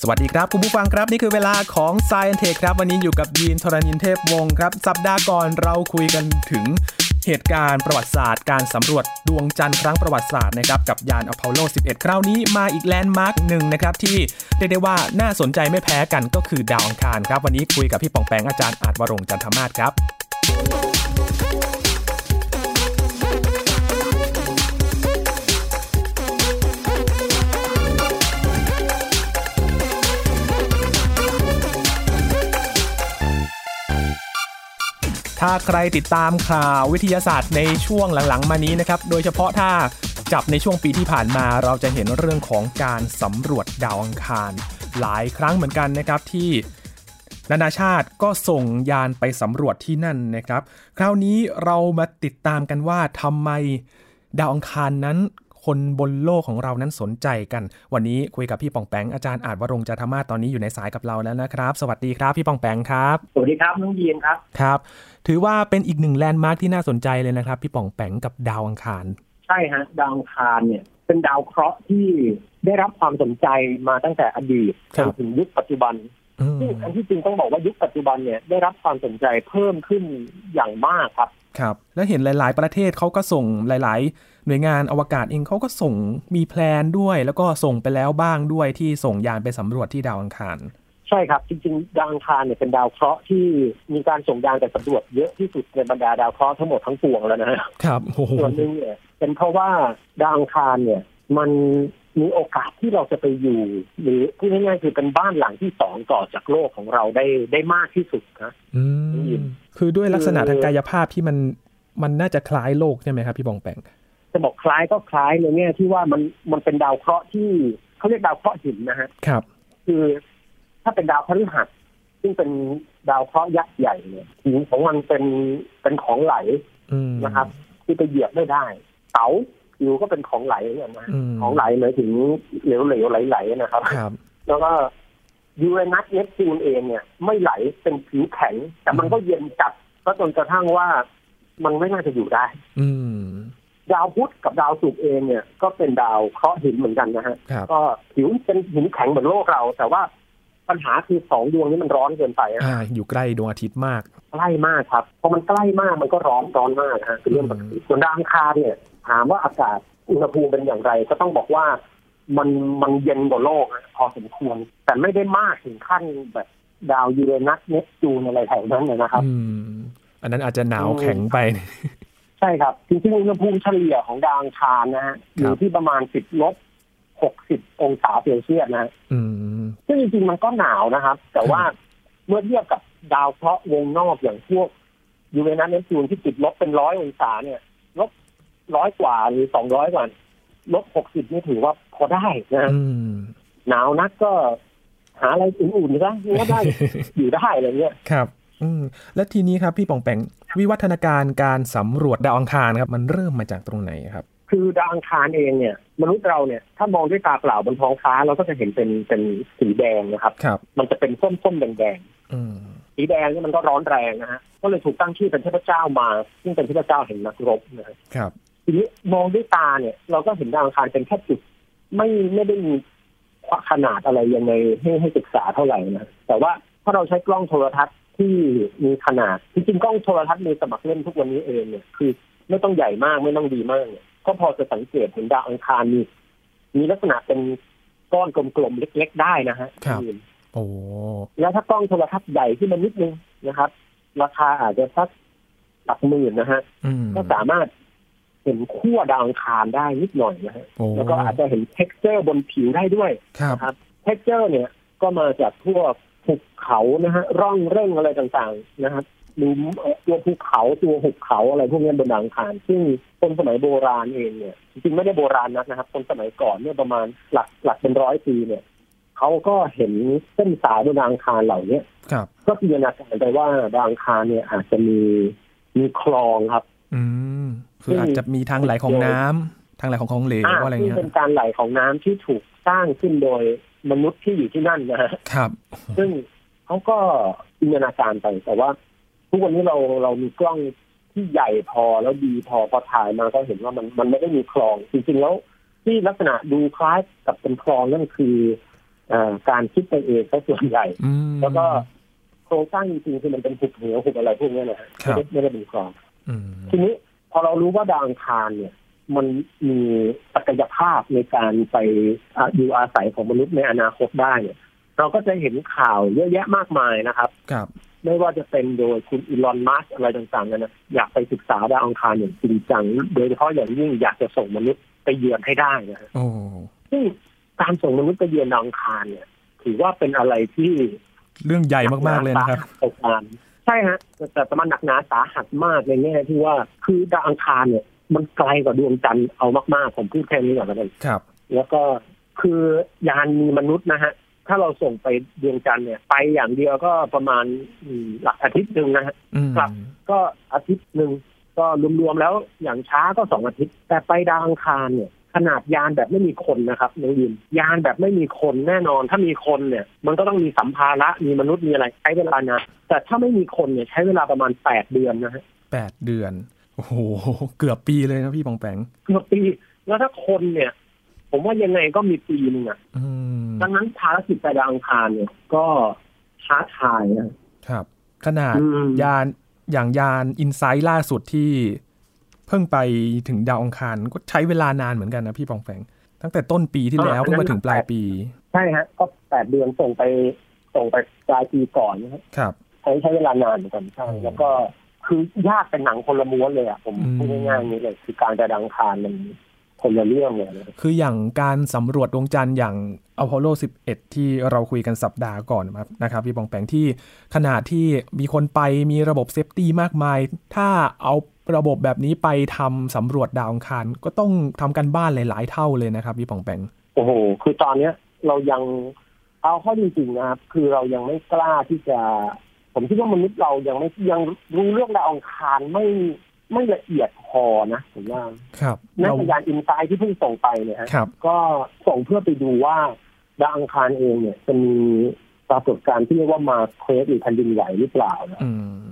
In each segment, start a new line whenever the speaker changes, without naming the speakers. สวัสดีครับ คุณผู้ฟังครับ นี่คือเวลาของ s ซ i e n t e ทครับวันนี้อยู่กับยีนทรณินเทพวงศ์ครับ สัปดาห์ก่อนเราคุยกันถึงเหตุการณ์ประวัติศาสตร์ การสำรวจดวงจันทร์ครั้งประวัติศาสตร์นะครับกับยานอพอลโล 11 คราวนี้มาอีกแลนด์มาร์กหนึ่งนะครับที่เรียกได้ว่าน่าสนใจไม่แพ้กันก็คือดาวอังคารครับวันนี้คุยกับพี่ปองแปงอาจารย์อาจวรงค์จันทมาศครับ ถ้าใครติดตามข่าววิทยาศาสตร์ในช่วงหลังๆ มานี้นะครับ โดยเฉพาะถ้าจับในช่วงปีที่ผ่านมาเราจะเห็นเรื่องของการสำรวจดาวอังคาร หลายครั้งเหมือนกันนะครับที่นานาชาติก็ส่งยานไปสำรวจที่นั่นนะครับ คราวนี้เรามาติดตามกันว่าทำไมดาวอังคารนั้น คนบนโลกของเรานั้นสนใจกัน วันนี้คุยกับพี่ปองแปงอาจารย์อาจวรงค์จาธมาศตอนนี้อยู่ในสายกับเราแล้วนะครับ สวัสดีครับพี่ปองแปงครับ
สวัสดีครับน้องยีนครับ
ครับ ถือว่าเป็นอีกหนึ่งแลนด์มาร์คที่น่าสนใจเลยนะครับ พี่ป่องแปงกับดาวอังคาร
ใช่ฮะดาวอังคารเนี่ย เป็นดาวเคราะห์ที่ได้รับความสนใจมาตั้งแต่อดีต
ครั
จ
บ
นถึงยุคปัจจุบัน
อืม
ซึ่งอันที่จริงต้องบอกว่ายุคปัจจุบันเนี่ยได้รับความสนใจเพิ่มขึ้นอย่างมากครับ
ครับ แล้วเห็นหลาย ๆ ประเทศเขาก็ส่งหลาย ๆ หน่วยงานอวกาศเองเขาก็ส่งมีแพลนด้วย แล้วก็ส่งไปแล้วบ้างด้วยที่ส่งยานไปสำรวจที่ดาวอังคาร
ใช่ครับ จริงๆ ดาวอังคารเนี่ยเป็นดาวเคราะห์ที่มีการส่งยานแต่สำรวจเยอะที่สุดในบรรดาดาวเคราะห์ทั้งหมดทั้งปวงแล้วนะฮะ
ครับโอ้โห
ส่วนหนึ่งเนี่ยเป็นเพราะว่าดาวอังคารเนี่ย มันมีโอกาสที่เราจะไปอยู่ หรือพูดง่ายๆคือเป็นบ้านหลังที่สองต่อจากโลกของเราได้ได้มากที่สุดนะ
อืมคือด้วยลักษณะทางกายภาพที่มันมันน่าจะคล้ายโลกใช่ไหมครับพี่ปองแปง
จะบอกคล้ายก็คล้ายในแง่ที่ว่ามันมันเป็นดาวเคราะห์ที่เขาเรียกดาวเคราะห์หินนะฮะ
ครับ
คือ ถ้าเป็นดาวพฤหัสซึ่งเป็นดาวเคราะห์ยักษ์ใหญ่เนี่ยหินของมันเป็นเป็นของไหล
อืม
นะครับที่ไปเหยียบไม่ได้เสาผิวก็เป็นของไหลเนี่ยนะฮะ
อืม
ของไหลหมายถึงเหลวๆไหลๆนะครับ
ครับ
แล้วก็ยูเรนัสเนปจูนเองเนี่ย ไม่ไหลเป็นผิวแข็ง แต่มันก็เย็นจัดก็จนกระทั่งว่ามันไม่น่าจะอยู่ได้
อืม
ดาวพุธกับดาวศุกร์เองเนี่ย ก็เป็นดาวเคราะห์หินเหมือนกันนะฮะ
ครับ
ก็ผิวเป็นหินแข็งเหมือนโลกเรา แต่ว่าปัญหาคือสองดวงนี้มันร้อนเกินไปอะ
อ่าอยู่ใกล้ดวงอาทิตย์มาก
ใกล้มากครับพอมันใกล้มากมันก็ร้อนร้อนมากนะฮะคือเรื่องปกติส่วนดาวอังคารเนี่ย ถามว่าอากาศอุณหภูมิเป็นอย่างไร ก็ต้องบอกว่ามันมันเย็นกว่าโลกอะพอสมควร แต่ไม่ได้มากถึงขั้นแบบดาวยูเรนัสเนปจูนอะไรแถวนั้นเลยนะครับ
อืม อันนั้นอาจจะหนาว
อืม
แข็งไป
ใช่ครับจริงๆอุณหภูมิเฉลี่ยของดาวอังคารนะฮะอ
ครั
ยู่
บ
ที่ประมาณ 10ลบ60 องศาเซลเซียสนะฮะ
อืม
ซึ่งจริงๆมันก็หนาวนะครับ แต่ว่า
ครับ
เมื่อเทียบกับดาวเคราะห์วงนอกอย่างพวกยูเรนัสเนปจูนที่ติดลบเป็นร้อยองศาเนี่ยลบร้อยกว่าหรือสองร้อยกว่าลบหกสิบนี่ถือว่าพอได้นะฮะ
อืม
หนาวนักก็ หาอะไรอุ่นๆซะก็ได้ อยู่ได้อะไรเงี้ย
ครับ อืม และทีนี้ครับพี่ป่องแปงวิวัฒนาการการสำรวจดาวอังคารครับ มันเริ่มมาจากตรงไหนครับ
คือดาวอังคารเองเนี่ย มนุษย์เราเนี่ย ถ้ามองด้วยตาเปล่าบนท้องฟ้าเราก็จะเห็นเป็นเป็นสีแดงนะครับ
ครับ
มันจะเป็นส้มๆแดง
อืม
ๆสีแดงเนี่ยมันก็ร้อนแรงนะฮะก็เลยถูกตั้งชื่อเป็นเทพเจ้ามา ซึ่งเป็นเทพเจ้าแห่งนักรบนะฮะ
ครับ
ทีนี้มองด้วยตาเนี่ย เราก็เห็นดาวอังคารเป็นแค่จุดไม่ไม่ได้มีขนาดอะไรยังไงให้ให้ศึกษาเท่าไหร่นะแต่ว่าถ้าเราใช้กล้องโทรทัศน์ที่มีขนาดจริงๆกล้องโทรทัศน์มีสมัครเล่นทุกวันนี้เองเนี่ยคือ ไม่ต้องใหญ่มากไม่ต้องดีมากเนี่ยก็พอจะสังเกตเห็นดาวอังคารมีมีลักษณะเป็นก้อนกลมๆเล็ก ๆ ได้นะฮะ
ครับ โอ้
แล้วถ้ากล้องโทรทัศน์ใหญ่ขึ้นมานิดนึงนะครับ ราคาอาจจะสักหลักหมื่นนะฮะ
อืม
ก็สามารถเห็นขั้วดาวอังคารได้นิดหน่อยนะฮะ
โอ้
แล้วก็อาจจะเห็นเท็กเจอร์บนผิวได้ด้วย
ครับ
เท็กเจอร์เนี่ยก็มาจากพวกหุบเขานะฮะร่องเร่งอะไรต่างๆนะครับหลุมเอ่อตัวภูเขาตัวหุบเขาอะไรพวกนี้บนดาวอังคาร ซึ่งคนสมัยโบราณเองเนี่ยจริงๆไม่ได้โบราณนักนะครับคนสมัยก่อนเนี่ยประมาณหลักหลักเป็นร้อยปีเนี่ยเขาก็เห็นเส้นสายบนดาวอังคารเหล่านี้
ครับ
ก็พิจารณาการไปว่าดาวอังคารเนี่ยอาจจะมีมีคลองครับ
อืม คืออาจจะมีทางไหลของน้ำทางไหลของของเหลว
อ่า
อะไร
ที่
เงี้ย
เป็นการไหลของน้ำที่ถูกสร้างขึ้นโดยมนุษย์ที่อยู่ที่นั่นนะฮะ
ครับ
ซึ่งเขาก็จินตนาการไปแต่ว่า ทุกวันนี้เราเรามีกล้องที่ใหญ่พอแล้วดีพอพอถ่ายมาก็เห็นว่ามันมันไม่ได้มีคลอง จริงๆแล้วที่ลักษณะดูคล้ายกับเป็นคลองนั่นคือ เอ่อการคิดไปเองซะส่วนใหญ่
อืม
แล้วก็โครงสร้างจริงๆคือมันเป็นหุบเหวหุบอะไรพวกเนี้ยนะฮะ
ครับ
ไม่ได้ไม่ได้เป็นกรอง
อืม
ทีนี้พอเรารู้ว่าดาวอังคารเนี่ย มันมีศักยภาพในการไปอ่ะอยู่อาศัยของมนุษย์ในอนาคตได้เนี่ย เราก็จะเห็นข่าวเยอะแยะมากมายนะครับ
ครับ
ไม่ว่าจะเป็นโดยคุณอีลอนมัสอะไรต่างๆเนยนะอยากไปศึกษาดาวอังคารอย่างจริงจัง โดยเฉพาะอย่างยิ่งอยากจะส่งมนุษย์ไปเยือนให้ได้นะฮะ
โอ้
ซึ่งการส่งมนุษย์ไปเยือนดาวอังคารเนี่ย ถือว่าเป็นอะไรที่
เรื่องใหญ่มากๆเลยนะครับ
ตกงานใช่ฮะแต่แต่มันหนักหนาสาหัสมากในแง่ที่ว่าคือดาวอังคารเนี่ย มันไกลกว่าดวงจันทร์เอามากๆผมพูดแค่นี้ก่อนแล้วกัน
ครับ
แล้วก็คือยานมีมนุษย์นะฮะ ถ้าเราส่งไปดวงจันทร์เนี่ย ไปอย่างเดียวก็ประมาณอืมหลักอาทิตย์หนึ่งนะฮะ
อืม
ครับ ก็อาทิตย์หนึ่งก็รวมๆแล้วอย่างช้าก็สองอาทิตย์ แต่ไปดาวอังคารเนี่ย ขนาดยานแบบไม่มีคนนะครับน้องยินยานแบบไม่มีคนแน่นอน ถ้ามีคนเนี่ย มันก็ต้องมีสัมภาระมีมนุษย์มีอะไรใช้เวลานานแต่ถ้าไม่มีคนเนี่ยใช้เวลาประมาณแปดเดือนนะฮะ
แปดเดือน โอ้โห เกือบปีเลยนะพี่ปองแปง
เกือบปีแล้วถ้าคนเนี่ย ผมว่ายังไงก็มีปีหนึงอะ
อืม
ดังนั้นภารกิจไปดาวอังคารเนี่ย ก็ท้าทายนะครับ
ขนาด
อืม
ยานอย่างยานอินไซต์ล่าสุดที่เพิ่งไปถึงดาวอังคารก็ใช้เวลานานเหมือนกันนะพี่ปองแปงตั้งแต่ต้นปีที่แล้ว
อ่า
เพิ่งมาถึงปลายปี
ใช่ฮะ ก็แปดเดือนส่งไปส่งไปปลายปีก่อนนะฮะ
ครับ
ใช้ใช้เวลานานเหมือนกันใช่
อืม
แล้วก็คือยากเป็นหนังคนละม้วนเลยอ่ะผม
อืม
พูดง่ายๆอย่างนี้เลย คือการจะดังคารมันคนละเรื่องเลยนะ
คืออย่างการสำรวจดวงจันทร์อย่างอพอลโล 11 ที่เราคุยกันสัปดาห์ก่อนนะครับนะครับพี่ปองแปงที่ขนาดที่มีคนไปมีระบบเซฟตี้มากมาย ถ้าเอาระบบแบบนี้ไปทำสำรวจดาวอังคารก็ต้องทำกันบ้านหลาย ๆ เท่าเลยนะครับพี่ปองแปง
โอ้โหคือตอนเนี้ย เรายังเอาเข้อจริงๆนะครับคือเรายังไม่กล้าที่จะ ผมคิดว่ามนุษย์เรายังไม่ยังรู้เรื่องดาวอังคารไม่ไม่ละเอียดพอนะผมว่า
ครับ
นัก
เรา
ยานอินไซต์ที่เพิ่งส่งไปเนี่ยฮะ
ครับ
ก็ส่งเพื่อไปดูว่าดาวอังคารเองเนี่ย จะมีปรากฏการณ์ที่เรียกว่ามาเควสหรือแผ่นดินไหวหรือเปล่านะ
อืม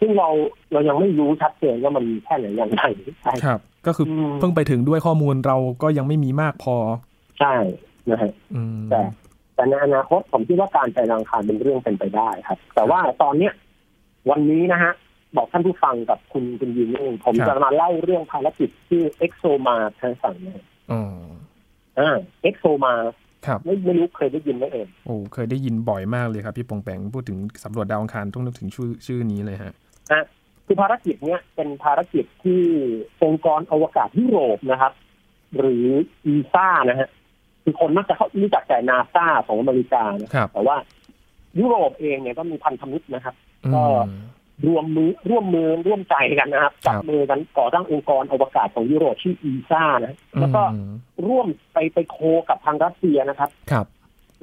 ซึ่งเราเรายังไม่รู้ชัดเจนว่ามันมีแค่ไหนอย่างไรใช่
ครับก็คือ
ม
เพิ่งไปถึงด้วยข้อมูลเราก็ยังไม่มีมากพอ
ใช่นะฮะ
อืม
แต่ แต่ในอนาคตผมคิดว่าการไปดาวอังคารเป็นเรื่องเป็นไปได้ครับ แต่ว่าตอนเนี้ยวันนี้นะฮะ บอกท่านผู้ฟังกับคุณคุณยินนิดนึงผมจะมาเล่าเรื่องภารกิจที่เอ็กโซมาทางฝั่งนะฮะ
อ๋อ
อ่าเอ็กโซมา
ครับ
ไม่ไม่รู้เคยได้ยินไหมเอ่ย
โอ้เคยได้ยินบ่อยมากเลยครับ พี่ปองแปงพูดถึงสำรวจดาวอังคารต้องนึกถึงชื่อชื่อนี้เลยฮะ
คือภารกิจเนี้ยเป็นภารกิจที่องค์กรอวกาศยุโรปนะครับ หรืออีซ่านะฮะคือคนมักจะเขารู้จักแต่นาซาของอเมริกานะ
ครับ
แต่ว่ายุโรปเองเนี่ยก็มีพันธมิตรนะครับ
อื
ก็
ม
รวมมือร่วมมือร่วมใจกันนะครับ
ครั
จั
บ
บมือกันก่อตั้งองค์กรอวกาศของยุโรปชื่ออีซ่านะ แล้วก็
อืม
ร่วมไปไปโคกับทางรัสเซียนะครับ
ครับ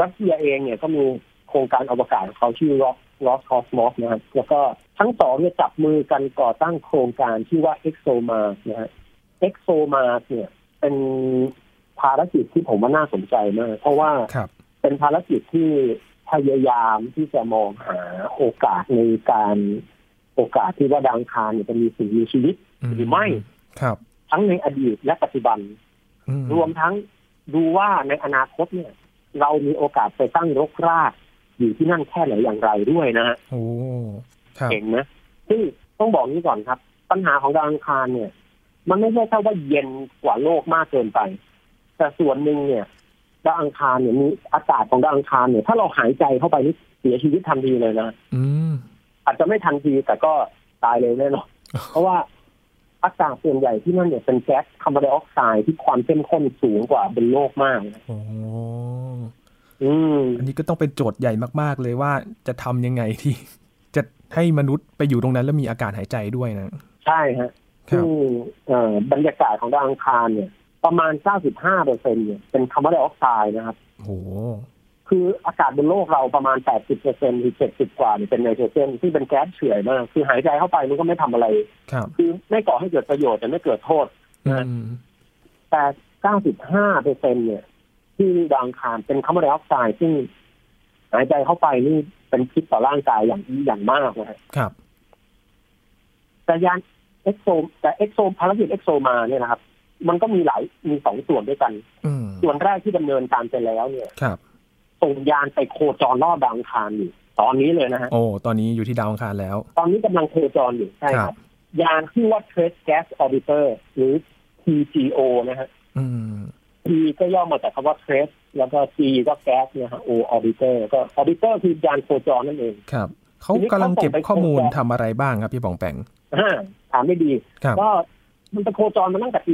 รัสเซียเองเนี่ยก็มีโครงการอวกาศของเขาชื่อ Rock Rock Cosmos นะครับแล้วก็ทั้งสองเนี่ยจับมือกันก่อตั้งโครงการชื่อว่า ExoMars นะฮะ ExoMars เนี่ย เป็นภารกิจที่ผมว่าน่าสนใจมากเพราะว่า
ครับ
เป็นภารกิจที่พยายามที่จะมองหาโอกาสในการโอกาสที่ว่าดาวอังคารเนี่ยจะมีสิ่งมีชีวิต หรือไม่
ครับ
ทั้งในอดีตและปัจจุบัน
อื
รวมทั้งดูว่าในอนาคตเนี่ย เรามีโอกาสไปตั้งรกรากอยู่ที่นั่นแค่ไหนอย่างไรด้วยนะฮะ
โอ้ครับ
เห็นไหมซึ่งต้องบอกนี้ก่อนครับ ปัญหาของดาวอังคารเนี่ย มันไม่ใช่แค่ว่าเย็นกว่าโลกมากเกินไป แต่ส่วนหนึ่งเนี่ยดาวอังคารเนี่ยมีอากาศของดาวอังคารเนี่ยถ้าเราหายใจเข้าไปนี่เสียชีวิตทันทีเลยนะ
อืม
อาจจะไม่ทันทีแต่ก็ตายเร็วแน่ นอน เพราะว่าอากาศส่วนใหญ่ที่นั่นเนี่ยเป็นแก๊สคาร์บอนไดออกไซด์ที่ความเข้มข้นสูงกว่าบนโลกมากนะ
โอ้
อืม
อันนี้ก็ต้องเป็นโจทย์ใหญ่มากๆเลยว่าจะทำยังไงที่ จะให้มนุษย์ไปอยู่ตรงนั้นแล้วมีอากาศหายใจด้วยนะ
ใช่ฮะ
ครั
ซึ่
บ
งเอ่อบรรยากาศของดาวอังคารเนี่ย ประมาณ 95เปอร์เซ็นเนี่ยเป็นคาร์บอนไดออกไซด์นะครับ
โอ้
คืออากาศบนโลกเราประมาณ 80เปอร์เซ็นต์หรือ70 กว่าเนี่ยเป็นไนโตรเจนที่งเป็นแก๊สเฉื่อยมาก คือหายใจเข้าไปมันก็ไม่ทำอะไร
ครับ
คือไม่ก่อให้เกิดประโยชน์แต่ไม่เกิดโทษ
อืม
แต่ 95เปอร์เซ็นเนี่ย ที่ดาวอังคารเป็นคาร์บอนไดออกไซด์ซึ่งหายใจเข้าไปนี่เป็นพิษต่อร่างกายอย่างอย่างมากนะฮะ
ครับ
แต่ยานเอ็กโซแต่เอ็กโซภารกิจเอ็กโซมาเนี่ยนะครับ มันก็มีหลายมีสองส่วนด้วยกัน
อืม
ส่วนแรกที่ดำเนินการไปแล้วเนี่ย
ครับ
ส ส่งยานไปโคจรรอบดาวอังคารอยู่ ตอนนี้เลยนะฮะ
โอ้ตอนนี้อยู่ที่ดาวอังคารแล้ว
ตอนนี้กำลังโคจรอยู่ใช่
ค
ค
รั
รับ บ ยานที่อว่า Trace Gas Orbiter หรือ TGO นะฮะ
อืม
T ก็ย่อมาจากคำว่า Trace แล้วก็ G ก็ Gas เนี่ยฮะ O Orbiter ก็ Orbiter คือยานโคจรนั่นเอง
ครับเขากำลังเก็บข้อมูลทำอะไรบ้างครับพี่ปองแปง
อ่าถามได้ดี
ครับ
ก็มันจะโคจรมาตั้งแต่ปี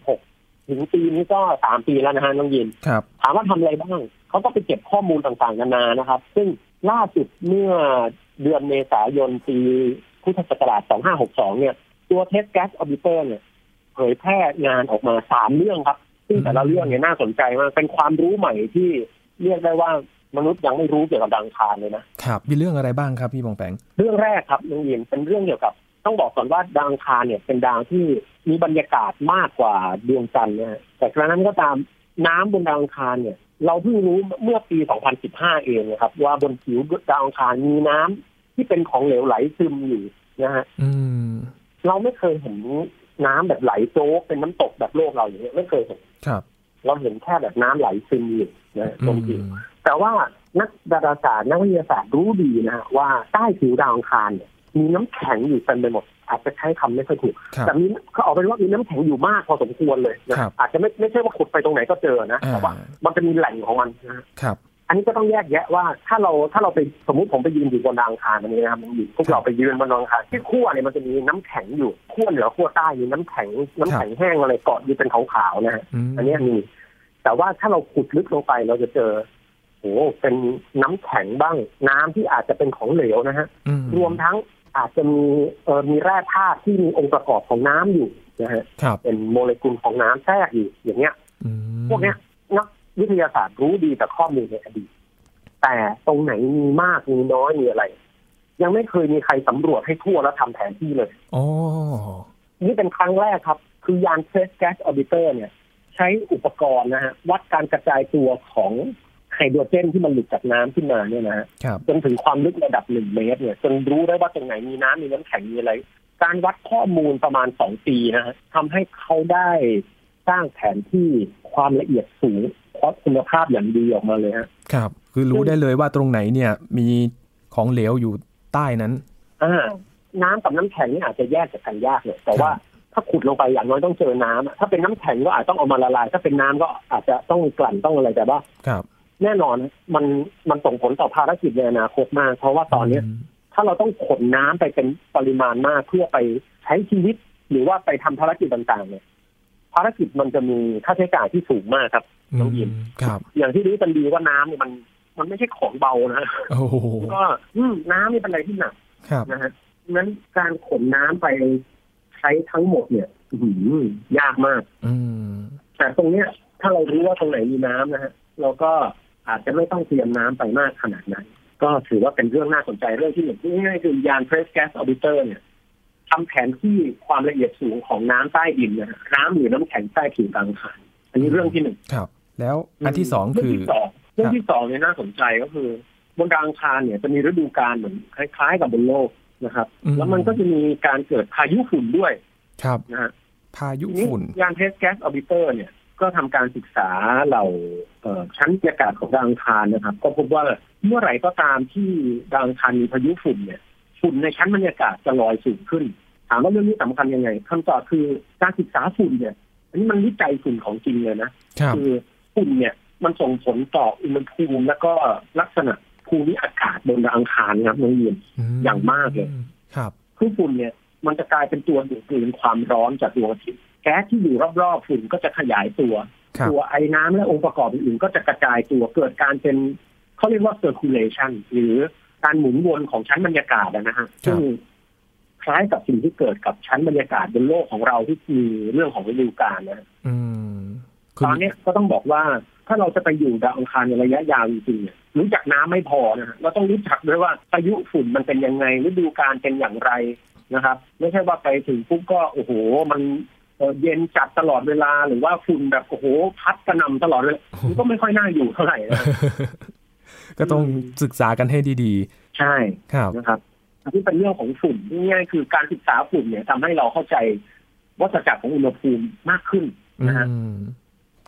2016 ถึงปีนี้ก็สามปีแล้วนะฮะน้องยิน
ครับ
ถามว่าทำอะไรบ้าง เขาก็ไปเก็บข้อมูลต่างๆ นานานะครับ ซึ่งล่าสุดเมื่อเดือนเมษายนปีพุทธศักราช 2562 เนี่ย ตัวเทสแก๊สออบิเตอร์เนี่ย เผยแพร่งานออกมาสามเรื่องครับ ซึ่งแต่ละเรื่องเนี่ยน่าสนใจมาก เป็นความรู้ใหม่ที่เรียกได้ว่ามนุษย์ยังไม่รู้เกี่ยวกับดาวอังคารเลยนะ
ครับมีเรื่องอะไรบ้างครับพี่ปองแปง
เรื่องแรกครับน้องเอียนเป็นเรื่องเกี่ยวกับ ต้องบอกก่อนว่าดาวอังคารเนี่ยเป็นดาวที่มีบรรยากาศมากกว่าดวงจันทร์นะฮะแต่กระนั้นก็ตามน้ำบนดาวอังคารเนี่ย เราเพิ่งรู้เมื่อปี 2015 เองนะครับ ว่าบนผิวดาวอังคารมีน้ำที่เป็นของเหลวไหลซึมอยู่นะฮะ
อืม
เราไม่เคยเห็นน้ำแบบไหลโจ๊กเป็นน้ำตกแบบโลกเราอย่างเงี้ยไม่เคยเห็น
ครับ
เราเห็นแค่แบบน้ำไหลซึมอยู่นะ
อื
ตร
ม
งผิว แต่ว่านักดาราศาสตร์นักวิทยาศาสตร์รู้ดีนะฮะว่าใต้ผิวดาวอังคารเนี่ยมีน้ำแข็งอยู่เต็มไปหมด อาจจะใช้คำไม่ค่อยถูก
ครับ
แต่มีเขาเอาเป็นว่ามีน้ำแข็งอยู่มากพอสมควรเลยนะครับ อาจจะไม่ไม่ใช่ว่าขุดไปตรงไหนก็เจอนะ
อ่า
แต่ว่ามันจะมีแหล่งของมันนะฮะ
ครับ
อันนี้ก็ต้องแยกแยะว่าถ้าเราถ้าเราไปสมมติผมไปยืนอยู่บนดาวอังคารอันนี้นะครับอยู่พวกเราไปยืนบนดาวอังคารที่ขั้วเนี่ยมันจะมีน้ำแข็งอยู่ขั้วเหนือขั้วใต้มีน้ำแข็งน้ำแข็งแห้งอะไรเกาะอยู่เป็นขาวๆนะฮะ
อืม
อันเนี้ยมี แต่ว่าถ้าเราขุดลึกลงไปเราจะเจอโอ้เป็นน้ำแข็งบ้าง น้ำที่อาจจะเป็นของเหลวนะฮะ
อื
รวมทั้งอาจจะมีเอ่อมีแร่ธาตุที่มีองค์ประกอบของน้ำอยู่นะฮะ
ครับ
เป็นโมเลกุลของน้ำแทรกอยู่อย่างเงี้ย
อืม
พวกเนี้ยนักวิทยาศาสตร์รู้ดีแต่ข้อมูลในอดีต แต่ตรงไหนมีมากมีน้อยมีอะไร ยังไม่เคยมีใครสำรวจให้ทั่วและทำแผนที่เลย
อ๋อ
นี่เป็นครั้งแรกครับ คือยานเทสแก๊สออบิเตอร์เนี่ย ใช้อุปกรณ์นะฮะ วัดการกระจายตัวของไฮโดรเจนที่มันหลุดจากน้ำขึ้นมาเนี่ยนะฮะ
ครับ
จนถึงความลึกระดับหนึ่งเมตรเนี่ย จนรู้ได้ว่าตรงไหนมีน้ำมีน้ำแข็งมีอะไร การวัดข้อมูลประมาณสองปีนะฮะทำให้เขาได้สร้างแผนที่ความละเอียดสูงความคุณภาพอย่างดีออกมาเลยฮะ
ครับ คือรู้ได้เลยว่าตรงไหนเนี่ย มีของเหลวอยู่ใต้นั้น
อ่าน้ำกับน้ำแข็งนี่อาจจะแยกจากกันยากเลยแต่ว่าถ้าขุดลงไปอย่างน้อยต้องเจอน้ำอะถ้าเป็นน้ำแข็งก็อาจต้องเอามาละลาย ถ้าเป็นน้ำก็อาจจะต้องกลั่นต้องอะไรแต่ว่า
ครับ
แน่นอนมันมันส่งผลต่อภารกิจในอนาคตมาก เพราะว่าตอนเนี้ย
ม
ถ้าเราต้องขนน้ำไปเป็นปริมาณมากเพื่อไปใช้ชีวิต หรือว่าไปทำภารกิจต่างๆเนี่ยภารกิจมันจะมีค่าใช้จ่ายที่สูงมากครับ น้องยิน
ครับ
อย่างที่รู้กันดีว่าน้ำเนี่ยมันมันไม่ใช่ของเบานะ
โอ้โห
ก็อืมน้ำนี่เป็นอะไรที่หนัก
ครับ
นะฮะงั้นการขนน้ำไปใช้ทั้งหมดเนี่ยอื้อหือยากมาก
อืม
แต่ตรงเนี้ย ถ้าเรารู้ว่าตรงไหนมีน้ำนะฮะเราก็อาจจะไม่ต้องเตรียมน้ำไปมากขนาดนั้น ก็ถือว่าเป็นเรื่องน่าสนใจเรื่องที่หนึ่งที่ง่ายๆคือยาน Trace Gas Orbiter เนี่ยทำแผนที่ความละเอียดสูงของน้ำใต้ดินนะฮะน้ำหรือน้ำแข็งใต้ผิวดาวอังคารอันนี้เรื่องที่หนึ่ง
ครับ แล้วอันที่สองคือ
เรื่องที่สองเรื่องที่สองเนี่ยน่าสนใจก็คือ บนดาวอังคารเนี่ยจะมีฤดูกาลเหมือนคล้าย ๆ กับบนโลกนะครับ
อืม
แล้วมันก็จะมีการเกิดพายุฝุ่นด้วย
ครับ
นะฮะ
พายุ
ทีนี้
ฝุ่น
ยานเทสแก๊สออบิเตอร์เนี่ยก็ทำการศึกษาเหล่าเอ่อชั้นบรรยากาศของดาวอังคารนะครับ ก็พบว่าเมื่อไหร่ก็ตามที่ดาวอังคารมีพายุฝุ่นเนี่ยฝุ่นในชั้นบรรยากาศจะลอยสูงขึ้น ถามว่าเรื่องนี้สำคัญยังไงคำตอบคือการศึกษาฝุ่นเนี่ย อันนี้มันวิจัยฝุ่นของจริงเลยนะ
ครับ
คือฝุ่นเนี่ยมันส่งผลต่ออุณหภูมิแล้วก็ลักษณะภูมิอากาศบนดาวอังคารนะครับน้องเยียน
ม
อย่างมากเลย
ครับ
คือฝุ่นเนี่ยมันจะกลายเป็นตัวดูดกลืนความร้อนจากดวงอาทิตย์แก๊สที่อยู่รอบๆฝุ่นก็จะขยายตัว
ครับ
ตัวไอ้น้ำและองค์ประกอบอื่นๆก็จะกระจายตัวเกิดการเป็นเขาเรียกว่า circulation หรือการหมุนวนของชั้นบรรยากาศนะฮะซึ่งคล้ายกับสิ่งที่เกิดกับชั้นบรรยากาศบนโลกของเราที่มีเรื่องของฤดูกาลนะฮะ
อืมคื
ตอนเนี้ยก็ต้องบอกว่าถ้าเราจะไปอยู่ดาวอังคารในระยะยาวจริงๆเนี่ยรู้จักน้ำไม่พอนะฮะเราต้องรู้จักด้วยว่าพายุฝุ่นมันเป็นยังไงฤดูกาลเป็นอย่างไรนะครับ ไม่ใช่ว่าไปถึงปุ๊บก็โอ้โห มันเอ่อเย็นจัดตลอดเวลาหรือว่าฝุ่นแบบโอ้โหพัดกระหนำตลอดเลยมันก็ไม่ค่อยน่าอยู่เท่าไหร่ นะ
ก็ต้องศึกษากันให้ดี
ใช่
ๆ ครับ
นะครับอันนี้เป็นเรื่องของฝุ่นง่ายๆคือการศึกษาฝุ่นเนี่ยทำให้เราเข้าใจวัฏจักรของอุณหภูมิมากขึ้น
อื
นะฮะ
ม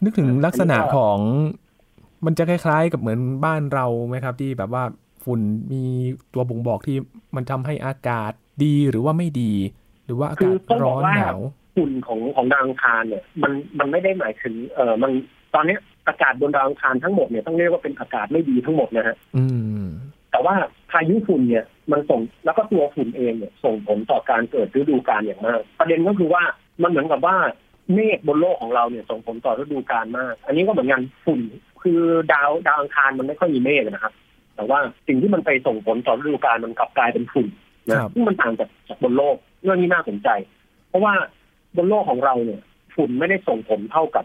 นึกถึงลักษณะของ มันจะคล้าย ๆ กับเหมือนบ้านเราไหมครับ ที่แบบว่าฝุ่นมีตัวบ่งบอกที่มันทำให้อากาศดีหรือว่าไม่ดี หรือว่าอา
คื
กา
อ
ศ
ต้องบ
ร้
อ
อ
ก
น
ว่า
หนาว
ฝุ่นของของดาวอังคารเนี่ยมันมันไม่ได้หมายถึงเออมันตอนเนี้ยอากาศบนดาวอังคารทั้งหมดเนี่ยต้องเรียกว่าเป็นอากาศไม่ดีทั้งหมดนะฮะ
อืม
แต่ว่าพายุฝุ่นเนี่ยมันส่งแล้วก็ตัวฝุ่นเองเนี่ยส่งผลต่อการเกิดฤดูกาลอย่างมาก ประเด็นก็คือว่ามันเหมือนกับว่าเมฆบนโลกของเราเนี่ยส่งผลต่อฤดูกาลมาก อันนี้ก็เหมือนกันฝุ่นคือดาวดาวอังคารมันไม่ค่อยมีเมฆนะครับ แต่ว่าสิ่งที่มันไปส่งผลต่อฤดูกาลมันกลับกลายเป็นฝุ่นนะครับ ซึ่งมันต่างจากจากบนโลกเรื่องนี้น่าสนใจ เพราะว่าบนโลกของเราเนี่ย ฝุ่นไม่ได้ส่งผลเท่ากับ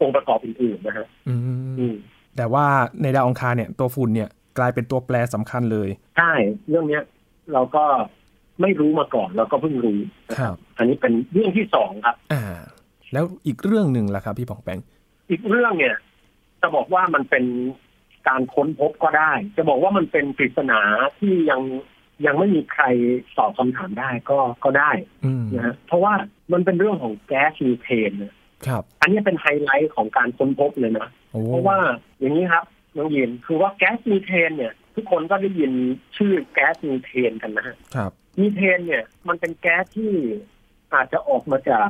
องค์ประกอบอื่นๆนะฮะ
อื
อื
ม
ม
แต่ว่าในดาวอังคารเนี่ยตัวฝุ่นเนี่ยกลายเป็นตัวแปรสำคัญเลย
ใช่เรื่องเนี้ย เราก็ไม่รู้มาก่อนเราก็เพิ่งรู้นะ
ค
ครั
รั
บ
บ
อันนี้เป็นเรื่องที่สองครับ
อ่า แล้วอีกเรื่องหนึ่งล่ะครับพี่ปองแปง
อีกเรื่องเนี่ย จะบอกว่ามันเป็นการค้นพบก็ได้ จะบอกว่ามันเป็นปริศนาที่ยังยังไม่มีใครตอบคำถามได้ก็ก็ได้
อืม
นะฮะเพราะว่ามันเป็นเรื่องของแก๊สมีเทนเนี่ย
ครับ
อันนี้เป็นไฮไลท์ของการค้นพบเลยนะ
โอ้
เพราะว่าอย่างนี้ครับน้องยินคือว่าแก๊สมีเทนเนี่ย ทุกคนก็ได้ยินชื่อแก๊สมีเทนกันนะฮะ
ครับ
มีเทนเนี่ยมันเป็นแก๊สที่อาจจะออกมาจาก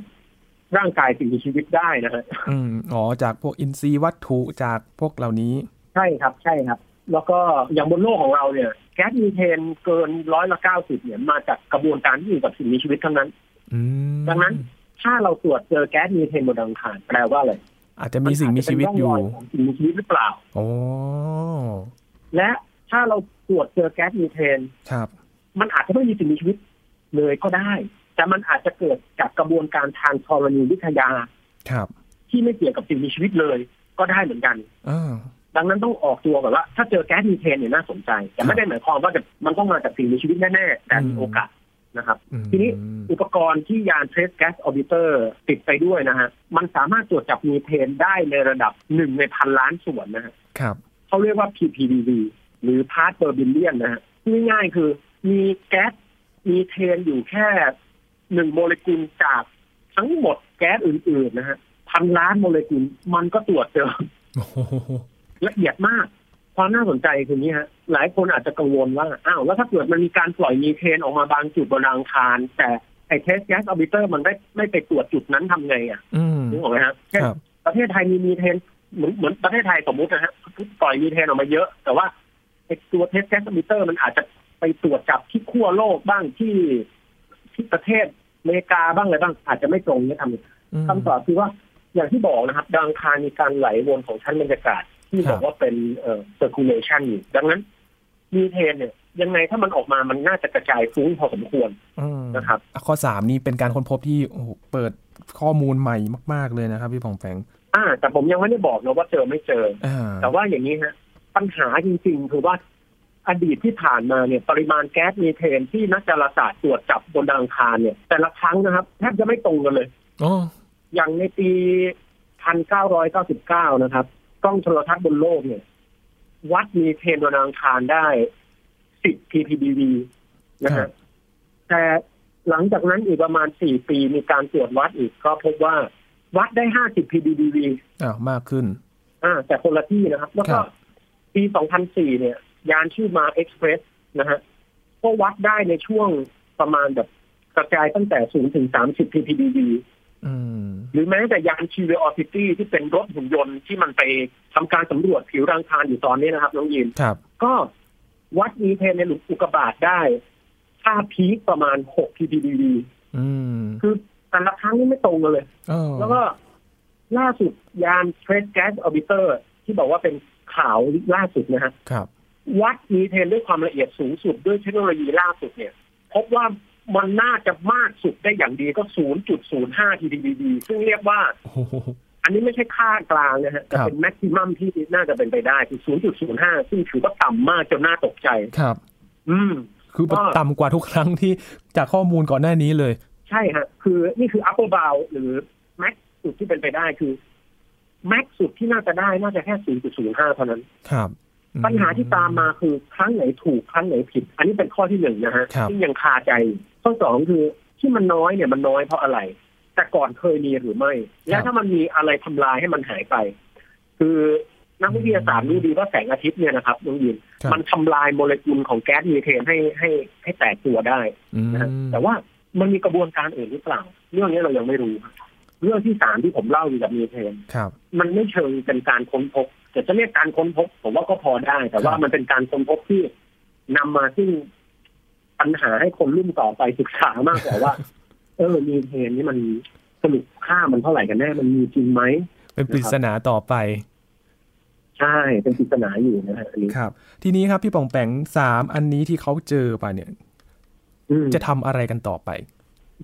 ร่างกายสิ่งมีชีวิตได้นะฮะ
อืมอ๋อจากพวกอินทรีย์วัตถุจากพวกเหล่านี้
ใช่ครับใช่ครับ แล้วก็อย่างบนโลกของเราเนี่ย แก๊สมีเทนเกินร้อยละเก้าสิบเนี่ยมาจากกระบวนการที่อยู่กับสิ่งมีชีวิตทั้งนั้น
อืม
ดังนั้น ถ้าเราตรวจเจอแก๊สมีเทนบนดาวอังคารแปลว่าอะไร
อาจจะมีสิ่งมีชีวิต
นอาจ
อ
จะเป็น
ยู่
ร่งรของสิ่งมีชีวิตหรือเปล่า
โอ้
และถ้าเราตรวจเจอแก๊สมีเทน
ครับ
มันอาจจะไม่มีสิ่งมีชีวิตเลยก็ได้ แต่มันอาจจะเกิดจากกระบวนการทางธรณีวิทยา
ครับ
ที่ไม่เกี่ยวกับสิ่งมีชีวิตเลยก็ได้เหมือนกัน
อ้าว
ดังนั้นต้องออกตัวก่อนว่า ถ้าเจอแก๊สมีเทนเนี่ยน่าสนใจ แต่ไม่ได้หมายความว่าจะมันต้องมาจากสิ่งมีชีวิตแน่ๆ แต่มีโอกาสนะครับ
อืม
ทีนี้ อุปกรณ์ที่ยานเทสแก๊สออบิเตอร์ติดไปด้วยนะฮะ มันสามารถตรวจจับมีเทนได้ในระดับหนึ่งในพันล้านส่วนนะฮะ
ครับ
เขาเรียกว่า ppdv หรือ part per billion นะฮะง่ายๆคือมีแก๊สมีเทนอยู่แค่หนึ่งโมเลกุลจากทั้งหมดแก๊สอื่นๆนะฮะพันล้านโมเลกุลมันก็ตรวจเจอ
โอ้โห
ละเอียดมาก ความน่าสนใจคืออย่างนี้ฮะ หลายคนอาจจะกังวลว่า อ้าว แล้วถ้าเกิดมันมีการปล่อยมีเทนออกมาบางจุดบนดาวอังคาร แต่ไอเทสแก๊สออบิเตอร์มันไม่ไม่ไปตรวจจุดนั้นทำไงอ่ะ
อืม
นึกออกไหมฮะเช่น
ครับ
ประเทศไทยมีมีเทนเหมือนเหมือนประเทศไทยสมมุตินะฮะ ปล่อยมีเทนออกมาเยอะ แต่ว่าไอตัวเทสแก๊สออบิเตอร์มันอาจจะไปตรวจจับที่ขั้วโลกบ้างที่ที่ประเทศอเมริกาบ้างอะไรบ้าง อาจจะไม่ตรงเนี่ยทำไง
ม
คำตอบคือว่าอย่างที่บอกนะครับดาวอังคารมีการไหลวนของชั้นบรรยากาศ ที่
ครับ บ
อกว่าเป็นเอ่อ circulation อยู่ดังนั้นมีเทนเนี่ย ยังไงถ้ามันออกมามันน่าจะกระจายฟุ้งพอสมควร
อืม
นะครับ
อ่ะข้อสามนี่เป็นการค้นพบที่โอ้โหเปิดข้อมูลใหม่มาก ๆ เลยนะครับพี่ปองแปง
อ่า แต่ผมยังไม่ได้บอกนะว่าเจอไม่เจอ
อ่า
แต่ว่าอย่างนี้ฮะปัญหาจริงๆ คือว่าอดีตที่ผ่านมาเนี่ยปริมาณแก๊สมีเทนที่นักดาราศาสตร์ตรวจจับบนดาวอังคารเนี่ย แต่ละครั้งนะครับแทบจะไม่ตรงกันเลย
อ๋อ
อย่างในปี 1999 นะครับ กล้องโทรทัศน์บนโลกเนี่ย วัดมีเทนดวงอังคารได้ 10 ppdv นะฮะแต่หลังจากนั้นอีกประมาณ 4 ปีมีการตรวจวัดอีกก็พบว่า วัดได้ 50 ppdv
อ้าวมากขึ้น
อ่าแต่คนละที่นะครับ แล้วก็
ครับ
ปี 2004 เนี่ย ยานชื่อมา Express นะฮะก็วัดได้ในช่วงประมาณแบบกระจายตั้งแต่ 0 ถึง 30 ppdv
อืม
หรือแม้แต่ยานชีเวออซิตี้ที่เป็นรถหุ่นยนต์ที่มันไปทำการสำรวจผิวรังคารอยู่ตอนนี้นะครับน้องยิน
ครับ
ก็วัดมีเทนในหลุมอุกกาบาตได้ ค่าพีคประมาณ 6 ppdv
อืม
คือแต่ละครั้งนี่ไม่ตรงกันเลย
เออ
แล้วก็ล่าสุดยานเทรสแกสออบิเตอร์ที่บอกว่าเป็นข่าวล่าสุดนะฮะ
ครับ
วัดมีเทนด้วยความละเอียดสูงสุดด้วยเทคโนโลยีล่าสุดเนี่ย พบว่ามันน่าจะมากสุดได้อย่างดีก็ 0.05 ppdv ซึ่งเรียกว่า
โอ้โห
อันนี้ไม่ใช่ค่ากลางนะฮะแต่
ครับ
เป็นแม็กซิมัมที่น่าจะเป็นไปได้คือ 0.05 ซึ่งถือว่าต่ำมากจนน่าตกใจ
ครับ
อืม
คือมัน
ก็
ต่ำกว่าทุกครั้งที่จากข้อมูลก่อนหน้านี้เลย
ใช่ฮะ คือนี่คือ upper bound หรือแม็กสุดที่เป็นไปได้คือแม็กสุดที่น่าจะได้น่าจะแค่ 0.05 เท่านั้น
ครับอืม
ปัญหาที่ตามมาคือครั้งไหนถูกครั้งไหนผิด อันนี้เป็นข้อที่หนึ่งนะฮะ
ครับ
ที่ยังคาใจ ข้อสองคือที่มันน้อยเนี่ยมันน้อยเพราะอะไร แต่ก่อนเคยมีหรือไม่ และถ้ามันมีอะไรทำลายให้มันหายไป คือ นักวิทยาศาสตร์รู้ดีว่าแสงอาทิตย์เนี่ยนะครับน้องยิน
ครับ
มันทำลายโมเลกุลของแก๊สมีเทนให้ให้ให้แตกตัวได้
อืม
นะฮะแต่ว่ามันมีกระบวนการอื่นหรือเปล่า เรื่องนี้เรายังไม่รู้ เรื่องที่สามที่ผมเล่าอยู่กับมีเทน
ครับ
มันไม่เชิงเป็นการค้นพบแต่จะเรียกการค้นพบ ผมว่าก็พอได้ แต่ว่า
ครับ
มันเป็นการค้นพบที่นำมาซึ่งปัญหาให้คนรุ่นต่อไปศึกษามากกว่า ว่า เออ มีเทนนี่มันสรุปค่ามันเท่าไหร่กันแน่ มันมีจริงไหม
เป็นปริศนาต่อไป
ใช่ เป็นปริศนาอยู่นะฮะอันนี้
ครับ ทีนี้ครับพี่ป่องแปงสามอันนี้ที่เขาเจอไปเนี่ย
อืม
จะทำอะไรกันต่อไป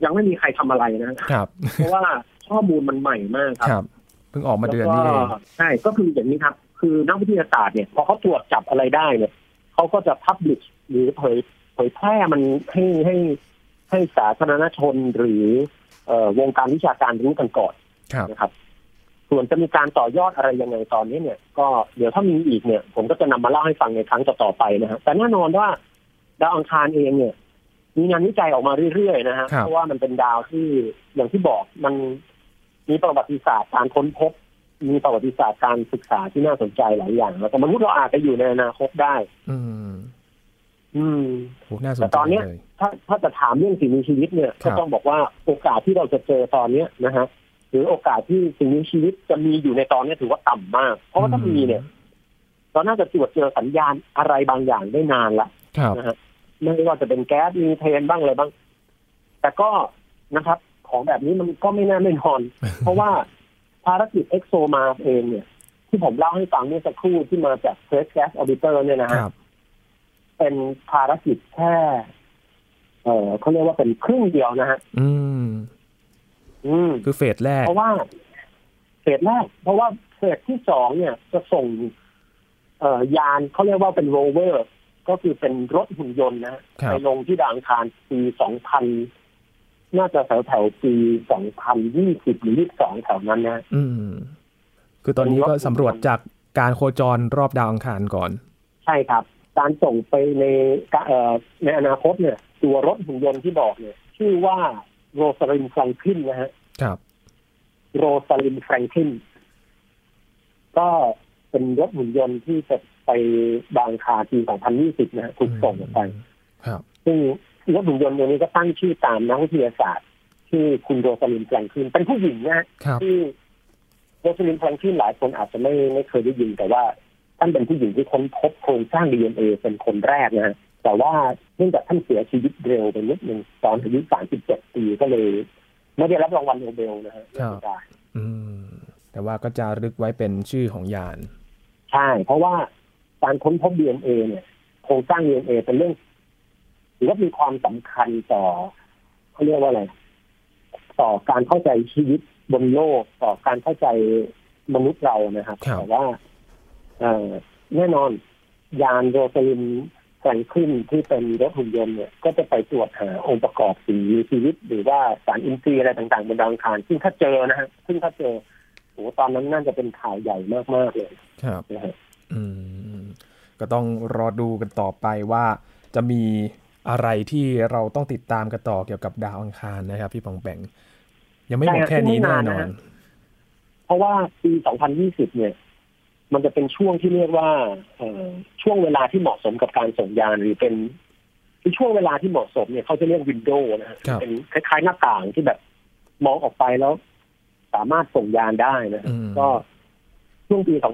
ยังไม่มีใครทำอะไรนะ
ครับ
เพราะว่าข้อมูลมันใหม่มากครับ
ครับ เพิ่งออกมาเดือนนี้
แล้
เอ
ว
ง
ก็ใช่ก็คืออย่างนี้ครับ คือนักวิทยาศาสตร์เนี่ยพอเขาตรวจจับอะไรได้เนี่ยเขาก็จะพับลิชหรือเผยเผยแพร่มันให้ให้ให้สาธารณชนหรือเอ่อวงการวิชาการรู้กันก่อน
ครับ
นะครับ ส่วนจะมีการต่อยอดอะไรยังไงตอนนี้เนี่ย ก็เดี๋ยวถ้ามีอีกเนี่ย ผมก็จะนำมาเล่าให้ฟังในครั้งต่อๆไปนะฮะแต่แน่นอนว่า ดาวอังคารเองเนี่ย มีงานวิจัยออกมาเรื่อยๆนะฮะ
ครับ
เพราะว่ามันเป็นดาวที่อย่างที่บอกมันมีประวัติศาสตร์การค้นพบ มีประวัติศาสตร์การศึกษาที่น่าสนใจหลายอย่างแล้วแต่มนุษย์เราอาจจะอยู่ในอนาคตได้
อืม
อืม
โหน่าสน
แต่
ใจ
ตอนเนี้ย
เลย
ถ้าถ้าจะถามเรื่องสิ่งมีชีวิตเนี่ย
ครั
ก็
บ
ต้องบอกว่าโอกาสที่เราจะเจอตอนเนี้ยนะฮะหรือโอกาสที่สิ่งมีชีวิตจะมีอยู่ในตอนเนี้ยถือว่าต่ำมาก เพราะว่าถ้ามีเนี่ยเราน่าจะตรวจเจอสัญญาณอะไรบางอย่างได้นานละ
ครับ
นะฮะไม่ว่าจะเป็นแก๊สมีเทนบ้างอะไรบ้าง แต่ก็นะครับ ของแบบนี้มันก็ไม่แน่ไม่น อน เพราะว่าภารกิจเอ็กโซมาเองเนี่ย ที่ผมเล่าให้ฟังเมื่อสักครู่ที่มาจากเฟสแก๊สออบิเตอร์เนี่ยนะ
ค
ฮะ
รับ
เป็นภารกิจแค่ เออเขาเรียกว่าเป็นครึ่งเดียวนะฮะ
อืม
อืม
คือเฟสแรก
เพราะว่าเฟสแรกเพราะว่าเฟสที่สองเนี่ยจะส่ง เอ่อยานเขาเรียกว่าเป็นโรเวอร์ ก็คือเป็นรถหุ่นยนต์นะฮะ
ครับ
ไปลงที่ดาวอังคารปีสองพันน่าจะแถวแถวๆปีสองพันยี่สิบหรือยี่สองแถวนั้นนะ
อืม คือตอนนี้ก็สำรวจจากการโคจรรอบดาวอังคารก่อน
ใช่ครับ การส่งไปในกะเอ่อในอนาคตเนี่ย ตัวรถหุ่นยนต์ที่บอกเนี่ย ชื่อว่าโรสลินแฟรงคลินนะฮะ
ครับ
โรสลินแฟรงคลินก็เป็นรถหุ่นยนต์ที่จะไปบางคาปี 2020 นะฮะถูกส่งออกไป
ครับ
ซึ่งรถหุ่นยนต์ตัวนี้ก็ตั้งชื่อตามนักวิทยาศาสตร์ที่อคุณโรสลินแฟรงคลินเป็นผู้หญิงนะฮะ
ครับ
ที่โรสลินแฟรงคลินหลายคนอาจจะไม่ไม่เคยได้ยิน แต่ว่าท่านเป็นผู้หญิงที่ค้นพบโครงสร้าง DNA เป็นคนแรกนะฮะแต่ว่าเนื่องจากท่านเสียชีวิตเร็วไปนิดหนึ่งตอนอายุ 37 ปีก็เลย ไม่ได้รับรางวัลโนเบลนะฮะเสียดาย
อืม แต่ว่าก็จะรึกไว้เป็นชื่อของยาน
ใช่ เพราะว่าการค้นพบ DNA เนี่ยโครงสร้าง DNA เป็นเรื่องหรือว่ามีความสำคัญต่อเขาเรียกว่าอะไร ต่อการเข้าใจชีวิตบนโลก ต่อการเข้าใจมนุษย์เรานะครับ
ครับ
แต่ว่าเอ่อแน่นอน ยานโรสลินแฟรงคลินที่เป็นรถหุ่นยนต์เนี่ย ก็จะไปตรวจหาองค์ประกอบสิ่งมีชีวิต หรือว่าสารอินทรีย์อะไรต่าง ๆ บนดาวอังคารซึ่งถ้าเจอนะฮะซึ่งถ้าเจอโอ้โหตอนนั้นน่าจะเป็นข่าวใหญ่มากๆเลย
ครับ
นะฮะ
อืม ก็ต้องรอดูกันต่อไปว่าจะมีอะไรที่เราต้องติดตามกันต่อเกี่ยวกับดาวอังคารนะครับ พี่ปองแปงยังไม่หมดแค่นี้แน่นอน
เพราะว่าปี 2020 เนี่ย มันจะเป็นช่วงที่เรียกว่าเอ่อช่วงเวลาที่เหมาะสมกับการส่งยานหรือเป็นคือช่วงเวลาที่เหมาะสมเนี่ยเขาจะเรียกวินโดว์นะฮะ
ครับ
เป็นคล้ายๆหน้าต่างที่แบบมองออกไปแล้ว สามารถส่งยานได้นะฮะ
อืม
ก็ช่วงปี 2020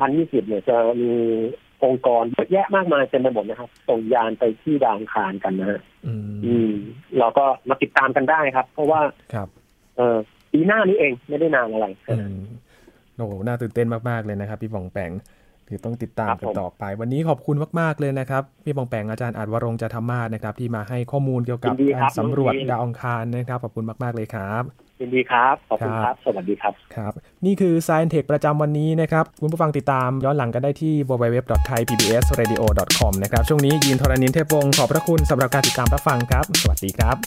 เนี่ย จะมีองค์กรเยอะแยะมากมายเต็มไปหมดนะครับ ส่งยานไปที่ดาวอังคารกันนะฮะ
อื
อื
ม
มเราก็มาติดตามกันได้ครับ เพราะว่า
ครับ
เออปีหน้านี้เองไม่ได้นานอะไร
อืมโอ้โหน่าตื่นเต้นมากๆเลยนะครับ พี่ปองแปงคือต้องติดตามกัน
ครับผม
ต่อไป วันนี้ขอบคุณมากๆเลยนะครับ พี่ปองแปงอาจารย์อาจวรงค์จาธรรมาสนะครับ ที่มาให้ข้อมูลเกี่ยวกับ
ยินดี
การ
ครับ
สำรวจ
ยินดี
ดาวอังคารนะครับขอบคุณมากๆเลยครับ
ยินดีครับ ขอบคุณ
ค
ค
รั
รับ บ สวัสดีครับ
ครับนี่คือ Science Tech ประจำวันนี้นะครับ คุณผู้ฟังติดตามย้อนหลังกันได้ที่ www.thaipbsradio.com นะครับ ช่วงนี้ยินทรณินเทพวงศ์ขอบพระคุณสำหรับการติดตามรับฟังครับ สวัสดีครับ